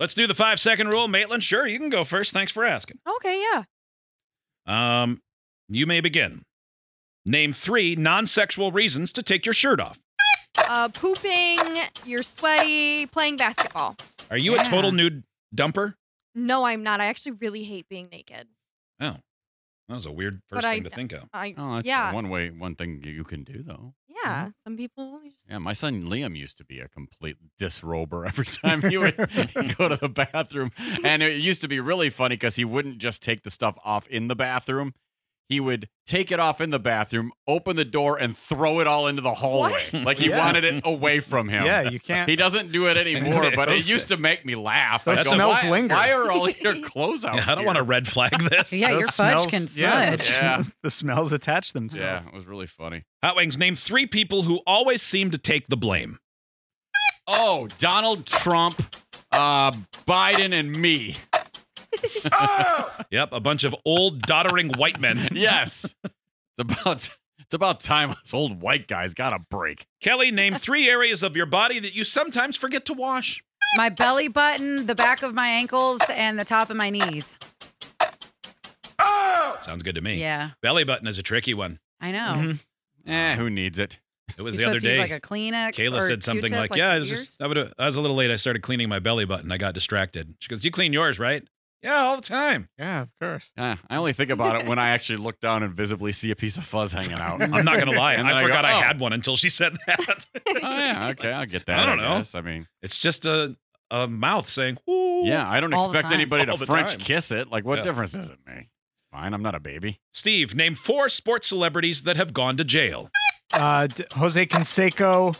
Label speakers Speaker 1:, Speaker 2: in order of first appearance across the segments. Speaker 1: Let's do the five second rule. Maitland, sure, you can go first. Thanks for asking.
Speaker 2: Okay, yeah.
Speaker 1: Um, you may begin. Name three non sexual reasons to take your shirt off.
Speaker 2: Uh, pooping, you're sweaty, playing basketball.
Speaker 1: Are you a
Speaker 3: Yeah.
Speaker 1: total nude dumper?
Speaker 2: No, I'm not. I actually really hate being naked.
Speaker 1: Oh, that was a weird
Speaker 2: But
Speaker 1: first
Speaker 2: I-
Speaker 1: thing to think of.
Speaker 2: I
Speaker 3: Oh, that's
Speaker 2: Yeah.
Speaker 3: one way, one thing you can do though.
Speaker 2: yeah. Some people. Just,
Speaker 3: Yeah, my son Liam used to be a complete disrober every time he would go to the bathroom. And it used to be really funny because he wouldn't just take the stuff off in the bathroom. He would take it off in the bathroom, open the door, and throw it all into the hallway. Like he
Speaker 4: Yeah.
Speaker 3: wanted it away from him.
Speaker 4: Yeah, you can't.
Speaker 3: He doesn't do it anymore, but it
Speaker 1: Those-
Speaker 3: used to make me laugh.
Speaker 4: those
Speaker 3: I'd go,
Speaker 4: smells
Speaker 3: why,
Speaker 4: linger."
Speaker 3: Why are all your clothes out?
Speaker 1: Yeah, I don't
Speaker 3: here?"
Speaker 1: want to red flag this.
Speaker 5: Yeah,
Speaker 4: Those
Speaker 5: your fudge
Speaker 4: smells-
Speaker 5: can
Speaker 4: yeah,
Speaker 5: smudge.
Speaker 3: Yeah.
Speaker 4: the smells attach themselves.
Speaker 3: Yeah, it was really funny.
Speaker 1: Hot Wings, name three people who always seem to take the blame.
Speaker 3: Oh, Donald Trump, uh, Biden, and me.
Speaker 1: Yep, a bunch of old, doddering white men.
Speaker 3: Yes. it's about it's about time us old white guys got a break.
Speaker 1: Kelly, name three areas of your body that you sometimes forget to wash.
Speaker 5: My belly button, the back of my ankles, and the top of my knees.
Speaker 1: Sounds good to me.
Speaker 5: Oh. Yeah,
Speaker 1: Belly button is a tricky one.
Speaker 5: I know.
Speaker 3: Eh, who needs it?
Speaker 1: It was
Speaker 5: You're
Speaker 1: the other
Speaker 5: supposed to
Speaker 1: day.
Speaker 5: use like a Kleenex.
Speaker 1: Kayla
Speaker 5: or
Speaker 1: said something
Speaker 5: Q-tip,
Speaker 1: like, "Yeah, I
Speaker 5: your
Speaker 1: was
Speaker 5: ears."
Speaker 1: just I, would, I was a little late. I started cleaning my belly button. I got distracted." She goes, "You clean yours, right?" Yeah, all the time.
Speaker 4: Yeah, of course.
Speaker 3: Eh, I only think about it when I actually look down and visibly see a piece of fuzz hanging out. oh
Speaker 1: I'm not gonna lie.
Speaker 3: And
Speaker 1: I
Speaker 3: then I go,
Speaker 1: forgot I
Speaker 3: "Oh."
Speaker 1: had one until she said that.
Speaker 3: yeah, okay, I'll get that.
Speaker 1: I don't know.
Speaker 3: guess. I mean,
Speaker 1: it's just a a mouth saying, "Ooh."
Speaker 3: yeah, I don't
Speaker 5: All the
Speaker 3: expect
Speaker 5: time.
Speaker 3: anybody to
Speaker 1: All the
Speaker 3: French
Speaker 1: time.
Speaker 3: kiss it. Like, what
Speaker 1: Yeah.
Speaker 3: difference does it make? Fine, I'm not a baby.
Speaker 1: Steve, name four sports celebrities that have gone to jail.
Speaker 4: Uh, D- Jose Canseco,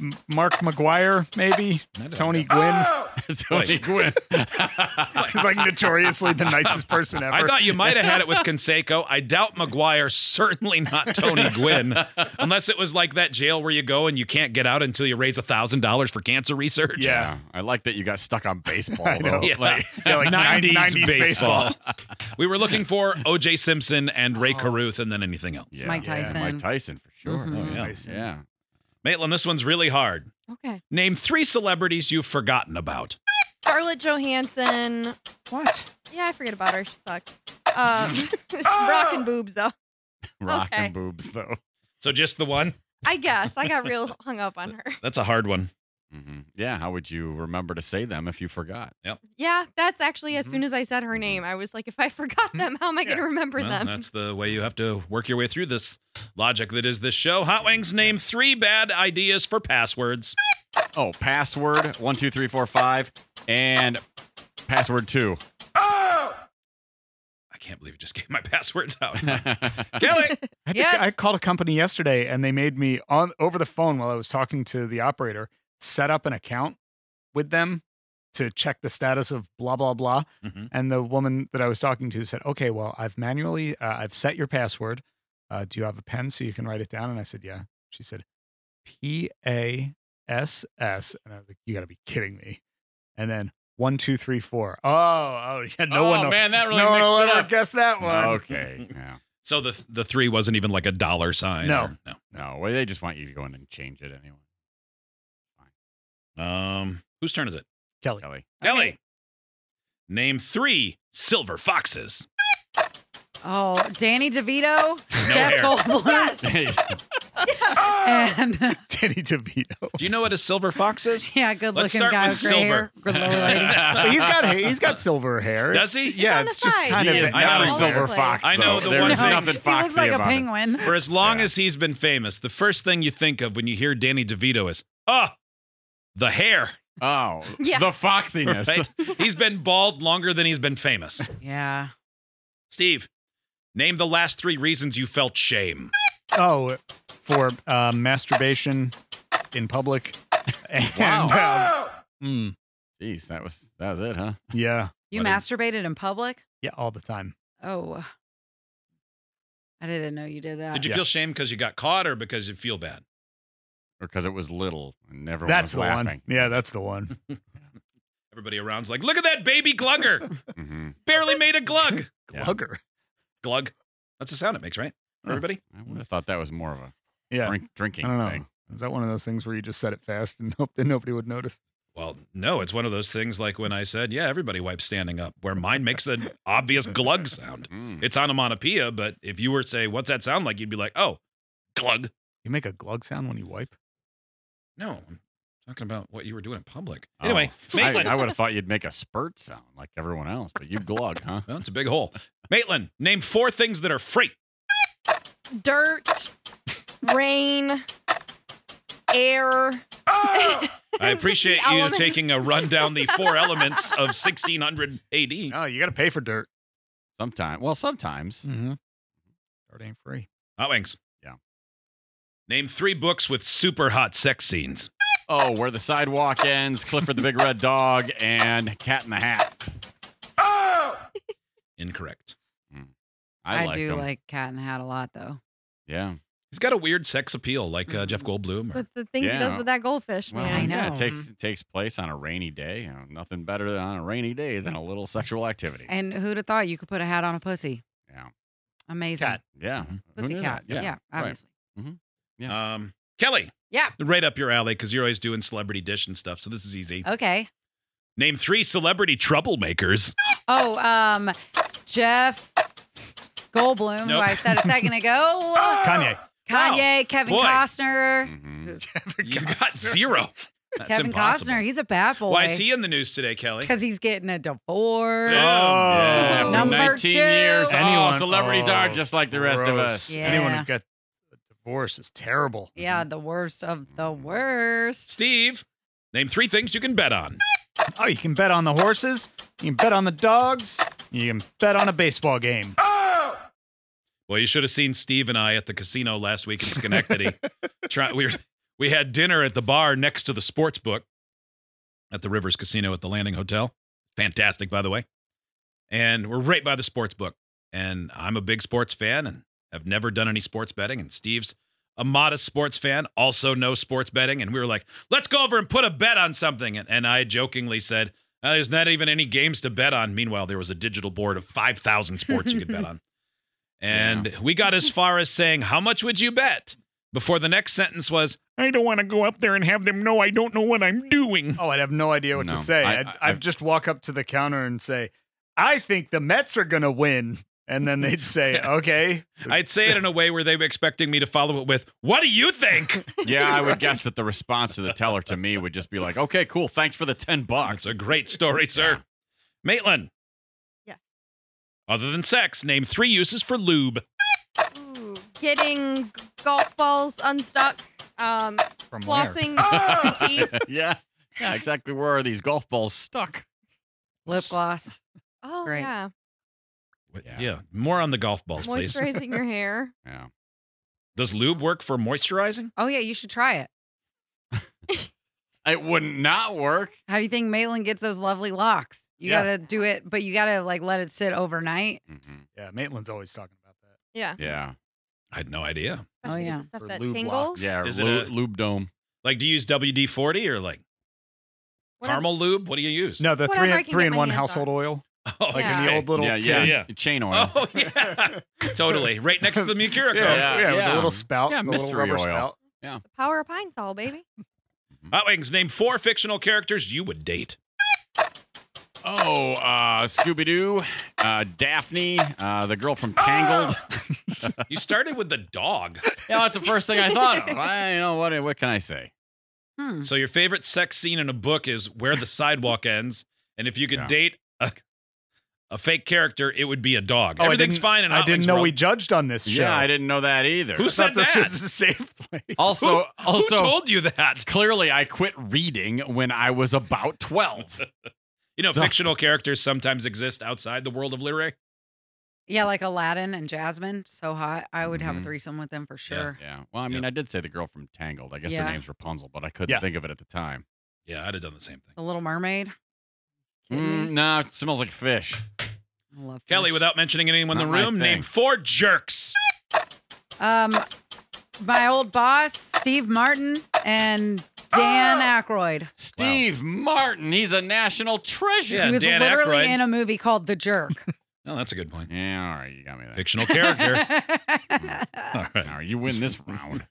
Speaker 4: M- Mark McGuire, maybe Tony Gwynn.
Speaker 3: Tony
Speaker 1: Wait.
Speaker 3: Gwynn.
Speaker 4: He's like notoriously the nicest person ever.
Speaker 1: I thought you might have had it with Conseco. I doubt McGuire, certainly not Tony Gwynn, unless it was like that jail where you go and you can't get out until you raise $1,000 for cancer research.
Speaker 4: Yeah.
Speaker 3: yeah, I like that you got stuck on baseball.
Speaker 4: I know.
Speaker 3: though.
Speaker 1: Yeah.
Speaker 3: Like,
Speaker 4: Yeah, like nine-
Speaker 1: 90s,
Speaker 4: 90s
Speaker 1: baseball. we were looking for O.J. Simpson and
Speaker 3: Oh.
Speaker 1: Ray Caruth and then anything else.
Speaker 3: yeah.
Speaker 5: Mike Tyson.
Speaker 3: Mike Tyson for sure.
Speaker 5: Mhm.
Speaker 1: Oh, yeah.
Speaker 3: yeah.
Speaker 1: Maitland, this one's really hard.
Speaker 2: okay.
Speaker 1: Name three celebrities you've forgotten about.
Speaker 2: Scarlett Johansson.
Speaker 4: What?
Speaker 2: Yeah, I forget about her. She sucks. Um, rocking boobs though.
Speaker 3: Rock
Speaker 2: Okay.
Speaker 3: and boobs though.
Speaker 1: So just the one?
Speaker 2: I guess I got real hung up on her.
Speaker 1: That's a hard one.
Speaker 3: hmm Yeah, how would you remember to say them if you forgot?
Speaker 2: Yeah, that's actually as
Speaker 3: Mhm.
Speaker 2: soon as I said her name, I was like, if I forgot them, how am I going to remember
Speaker 1: Well,
Speaker 2: them?
Speaker 1: that's the way you have to work your way through this logic that is this show. Hot Wings, name three bad ideas for passwords.
Speaker 3: Oh, password one two three four five and password two.
Speaker 1: I can't believe you just gave my passwords out.
Speaker 3: yeah,
Speaker 1: Kelly,
Speaker 4: I, had
Speaker 5: Yes.
Speaker 4: to, I called a company yesterday and they made me on over the phone while I was talking to the operator set up an account with them to check the status of blah blah blah.
Speaker 1: Mhm.
Speaker 4: And the woman that I was talking to said, "Okay, well, I've manually uh, I've set your password. Uh, do you have a pen so you can write it down?" And I said, "Yeah." She said, "P A S S," and I was like, "You got to be kidding me!" And then one two three four. Oh, oh, yeah, no
Speaker 3: oh,
Speaker 4: one, will-
Speaker 3: man, that really
Speaker 4: no one
Speaker 3: mixed
Speaker 4: will
Speaker 3: it
Speaker 4: ever
Speaker 3: up.
Speaker 4: guess that one.
Speaker 3: Okay. Yeah.
Speaker 1: So the the three wasn't even like a dollar sign.
Speaker 4: No.
Speaker 1: or-
Speaker 3: No, well, they just want you to go in and change it anyway.
Speaker 1: no. Um, whose turn is it?
Speaker 4: Kelly.
Speaker 3: Kelly.
Speaker 1: Ellie. Name three silver foxes.
Speaker 5: Oh, Danny DeVito,
Speaker 1: hair.
Speaker 5: Jeff Goldblum, and
Speaker 4: Danny DeVito.
Speaker 1: Do you know what a silver fox is?
Speaker 5: yeah, good-looking
Speaker 1: start
Speaker 5: guy
Speaker 1: with
Speaker 5: with gray hair. Good lord, lady.
Speaker 4: But he's got hair. He's got silver hair.
Speaker 1: Does he?
Speaker 4: yeah,
Speaker 2: on the
Speaker 4: it's just
Speaker 2: side.
Speaker 4: kind
Speaker 3: He
Speaker 4: of.
Speaker 3: is
Speaker 1: I
Speaker 3: not a
Speaker 1: know.
Speaker 3: silver fox.
Speaker 1: I know
Speaker 3: though.
Speaker 1: the
Speaker 3: There's
Speaker 1: one thing-
Speaker 3: nothing
Speaker 5: he
Speaker 3: foxy
Speaker 5: looks like a
Speaker 3: about it.
Speaker 5: penguin.
Speaker 1: For as long
Speaker 3: Yeah.
Speaker 1: as he's been famous, the first thing you think of when you hear Danny DeVito is, oh, the hair.
Speaker 3: Oh,
Speaker 2: Yeah.
Speaker 3: the foxiness.
Speaker 1: Right? he's been bald longer than he's been famous.
Speaker 5: Yeah.
Speaker 1: Steve, name the last three reasons you felt shame.
Speaker 4: Oh, for uh, masturbation in public. And,
Speaker 3: Wow.
Speaker 4: um, mm,
Speaker 3: Jeez, that was that was it, huh?
Speaker 4: yeah.
Speaker 5: You
Speaker 1: What a-
Speaker 5: masturbated in public?
Speaker 4: Yeah, all the time.
Speaker 5: Oh. I didn't know you did that.
Speaker 1: Did you
Speaker 4: Yeah.
Speaker 1: feel shame because you got caught or because you feel bad?
Speaker 3: Or because it was little and everyone
Speaker 4: that's the
Speaker 3: was laughing.
Speaker 4: one. Yeah, that's the one.
Speaker 1: Everybody around's like, look at that baby glugger.
Speaker 3: hmm
Speaker 1: Barely made a glug.
Speaker 3: Yeah.
Speaker 4: Hugger.
Speaker 1: Glug. That's the sound it makes, right?
Speaker 4: Huh.
Speaker 1: Everybody?
Speaker 3: I would have thought that was more of a
Speaker 4: Yeah.
Speaker 3: drink, drinking
Speaker 4: I don't know.
Speaker 3: thing.
Speaker 4: Is that one of those things where you just said it fast and hope that nobody would notice?
Speaker 1: Well, no, it's one of those things like when I said, yeah, everybody wipes standing up, where mine makes an obvious glug sound.
Speaker 3: Mm.
Speaker 1: It's onomatopoeia, but if you were to say, what's that sound like? You'd be like, oh, glug.
Speaker 4: You make a glug sound when you wipe.
Speaker 1: No, I'm talking about what you were doing in public.
Speaker 3: Oh.
Speaker 1: Anyway,
Speaker 3: I,
Speaker 1: Maitland.
Speaker 3: would have thought you'd make a spurt sound like everyone else, but you glug, huh?
Speaker 1: well, it's a big hole. Maitland, name four things that are free.
Speaker 2: Dirt, rain, air.
Speaker 1: I appreciate
Speaker 2: The
Speaker 1: you
Speaker 2: elements.
Speaker 1: taking a run down the four elements of 1600 AD.
Speaker 4: No, you got to pay for dirt.
Speaker 3: Sometimes. Well, sometimes.
Speaker 4: Mm-hmm. Dirt ain't free.
Speaker 1: Hot wings.
Speaker 3: Yeah.
Speaker 1: Name three books with super hot sex scenes.
Speaker 3: Oh, Where the Sidewalk Ends, Clifford the Big Red Dog, and Cat in the Hat.
Speaker 1: Incorrect.
Speaker 3: I, like
Speaker 5: do
Speaker 3: 'em.
Speaker 5: like Cat in the Hat a lot, though.
Speaker 3: Yeah.
Speaker 1: He's got a weird sex appeal, like uh, Jeff
Speaker 2: Mm.
Speaker 1: Goldblum. Or,
Speaker 2: But the things
Speaker 3: Yeah.
Speaker 2: he does with that goldfish,
Speaker 3: Well,
Speaker 5: I
Speaker 2: man.
Speaker 3: yeah,
Speaker 5: know.
Speaker 3: it takes it takes place on a rainy day. You know, nothing better than on a rainy day than a little sexual activity.
Speaker 5: And who'd have thought you could put a hat on a pussy?
Speaker 3: Yeah.
Speaker 5: Amazing.
Speaker 4: Cat.
Speaker 3: Yeah.
Speaker 1: Mhm.
Speaker 3: Who
Speaker 5: Pussy
Speaker 3: knew
Speaker 5: cat.
Speaker 3: that?
Speaker 5: Yeah,
Speaker 3: right.
Speaker 5: obviously.
Speaker 1: um, Kelly.
Speaker 5: Yeah.
Speaker 1: Right up your alley because you're always doing celebrity dish and stuff, so this is easy.
Speaker 5: Okay.
Speaker 1: Name three celebrity troublemakers.
Speaker 5: Oh, um, Jeff Goldblum, who
Speaker 1: Nope.
Speaker 5: I said a second ago.
Speaker 4: Kanye.
Speaker 5: Kanye, Kevin
Speaker 1: boy.
Speaker 5: Costner.
Speaker 3: Mhm.
Speaker 1: You got zero. That's
Speaker 5: Kevin
Speaker 1: impossible.
Speaker 5: Costner, he's a bad boy.
Speaker 1: Why is he in the news today, Kelly? Oh,
Speaker 5: Because he's getting a divorce.
Speaker 1: Uh,
Speaker 3: Yeah, after
Speaker 5: Number
Speaker 3: 19
Speaker 5: two.
Speaker 3: years, all
Speaker 4: Anyone-
Speaker 3: celebrities are
Speaker 4: oh,
Speaker 3: just like the rest of
Speaker 4: gross.
Speaker 3: us.
Speaker 5: Yeah.
Speaker 4: Anyone who got a divorce is terrible.
Speaker 5: Yeah, the worst of the worst.
Speaker 1: Steve. Name three things you can bet on.
Speaker 4: Oh, you can bet on the horses. You can bet on the dogs. You can bet on a baseball game.
Speaker 1: Well, you should have seen Steve and I at the casino last week in Schenectady. Try, we, were, we had dinner at the bar next to the sports book at the Rivers Casino at the Landing Hotel. Fantastic, by the way. And we're right by the sports book. And I'm a big sports fan and have never done any sports betting. And Steve's a modest sports fan, also no sports betting. And we were like, let's go over and put a bet on something. And, and I jokingly said, "Uh, there's not even any games to bet on. Meanwhile, there was a digital board of 5,000 sports you could bet on. And we got as far as saying, How much would you bet? Before the next sentence was, I don't want to go up there and have them know I don't know what I'm doing.
Speaker 4: Oh, I'd have no idea what
Speaker 3: No.
Speaker 4: to say.
Speaker 3: I-
Speaker 4: I, would
Speaker 3: I-
Speaker 4: I'd,
Speaker 3: I've-
Speaker 4: just walk up to the counter and say, I think the Mets are going to win. And then they'd say, okay.
Speaker 1: I'd say it in a way where they were expecting me to follow it with, What do you think?
Speaker 3: Yeah, I would guess that the response to the teller to me would just be like, "Okay, cool, thanks for the ten bucks."
Speaker 1: That's a great story, sir.
Speaker 3: Yeah.
Speaker 1: Maitland.
Speaker 2: Yeah.
Speaker 1: Other than sex, name three uses for lube.
Speaker 2: Ooh, getting golf balls unstuck. Um,
Speaker 4: From
Speaker 2: flossing your teeth.
Speaker 3: yeah, yeah, exactly. Where are these golf balls stuck?
Speaker 5: Lip gloss.
Speaker 2: Oh
Speaker 5: great.
Speaker 2: yeah,
Speaker 1: Yeah.
Speaker 3: Yeah.
Speaker 1: More on the golf balls, please.
Speaker 2: moisturizing your hair.
Speaker 3: Yeah,
Speaker 1: Does lube work for moisturizing?
Speaker 5: Oh, yeah, you should try it.
Speaker 3: it would not work.
Speaker 5: How do you think Maitland gets those lovely locks? You
Speaker 1: Yeah.
Speaker 5: gotta do it, but you gotta like let it sit overnight.
Speaker 1: Mm-hmm.
Speaker 3: Mhm.
Speaker 4: Yeah, Maitland's always talking about that.
Speaker 2: Yeah.
Speaker 3: Yeah,
Speaker 1: I had no idea.
Speaker 5: Oh,
Speaker 2: especially
Speaker 5: yeah.
Speaker 2: the Stuff
Speaker 4: Or
Speaker 2: that
Speaker 4: lube
Speaker 2: tingles.
Speaker 4: locks.
Speaker 3: yeah.
Speaker 1: Is it
Speaker 3: lu-
Speaker 1: a-
Speaker 3: lube dome?
Speaker 1: Like, do you use WD 40 or like
Speaker 2: Whatever-
Speaker 1: caramel lube? What do you use?
Speaker 4: No, the
Speaker 2: Whatever I
Speaker 4: three,
Speaker 2: can
Speaker 4: three
Speaker 2: get
Speaker 4: in
Speaker 2: my
Speaker 4: one
Speaker 2: hands
Speaker 4: household
Speaker 2: on.
Speaker 4: oil,
Speaker 1: Oh,
Speaker 4: like
Speaker 2: Yeah.
Speaker 4: in the old little
Speaker 3: yeah,
Speaker 4: tin.
Speaker 3: yeah, chain oil.
Speaker 1: Oh yeah, totally. Right next to the Mucura.
Speaker 4: Yeah,
Speaker 1: Yeah.
Speaker 4: yeah,
Speaker 3: Yeah,
Speaker 4: with a
Speaker 3: yeah.
Speaker 4: little spout,
Speaker 3: Yeah,
Speaker 4: the little
Speaker 3: mystery
Speaker 4: rubber
Speaker 3: oil.
Speaker 4: spout.
Speaker 2: The power of pine sol, baby.
Speaker 1: Hot Wings, name four fictional characters you would date.
Speaker 3: Oh, uh, Scooby Doo, uh, Daphne, uh, the girl from Tangled.
Speaker 1: You started with the dog.
Speaker 3: yeah, that's the first thing I thought of. I you know what. What can I say?
Speaker 5: Hmm.
Speaker 1: So your favorite sex scene in a book is where the sidewalk ends, and if you could
Speaker 3: Yeah.
Speaker 1: date a, a fake character, it would be a dog.
Speaker 4: Oh, I
Speaker 1: Everything's
Speaker 4: didn't-
Speaker 1: fine. In
Speaker 4: I
Speaker 1: Hot
Speaker 4: didn't
Speaker 1: Wings
Speaker 4: know
Speaker 1: world.
Speaker 4: we judged on this show.
Speaker 3: Yeah, I didn't know that either.
Speaker 1: Who
Speaker 4: I
Speaker 1: said
Speaker 4: thought this
Speaker 1: that?
Speaker 4: is a safe place.
Speaker 3: Also,
Speaker 1: Who
Speaker 3: also,
Speaker 1: told you that?
Speaker 3: clearly, I quit reading when I was about twelve.
Speaker 1: You know,
Speaker 3: So-
Speaker 1: fictional characters sometimes exist outside the world of literary.
Speaker 5: Yeah, like Aladdin and Jasmine, so hot. I would
Speaker 1: Mm-hmm.
Speaker 5: have a
Speaker 3: Mhm.
Speaker 5: threesome with them for sure.
Speaker 3: Yeah. Well, I mean, I did say the girl from Tangled. I guess her
Speaker 5: Yeah.
Speaker 3: name's Rapunzel, but I couldn't
Speaker 4: Yeah.
Speaker 3: think of it at the time.
Speaker 1: Yeah, I'd have done the same thing.
Speaker 5: The Little Mermaid. Kidding
Speaker 3: Mm,
Speaker 5: me?
Speaker 3: nah, it smells like fish.
Speaker 5: I love
Speaker 1: Mm. Kelly,
Speaker 5: fish.
Speaker 1: without mentioning anyone in the
Speaker 3: Not my
Speaker 1: room, name
Speaker 3: thing.
Speaker 1: four jerks.
Speaker 5: um, my old boss Steve Martin and Dan
Speaker 1: Ah!
Speaker 5: Aykroyd.
Speaker 3: Steve Martin, he's a national treasure.
Speaker 1: Yeah,
Speaker 5: he was
Speaker 1: Dan
Speaker 5: literally
Speaker 1: Aykroyd.
Speaker 5: in a movie called The Jerk.
Speaker 1: Oh, that's a good point.
Speaker 3: Yeah, all right, you got me there.
Speaker 1: Fictional character.
Speaker 3: All right, you win this round.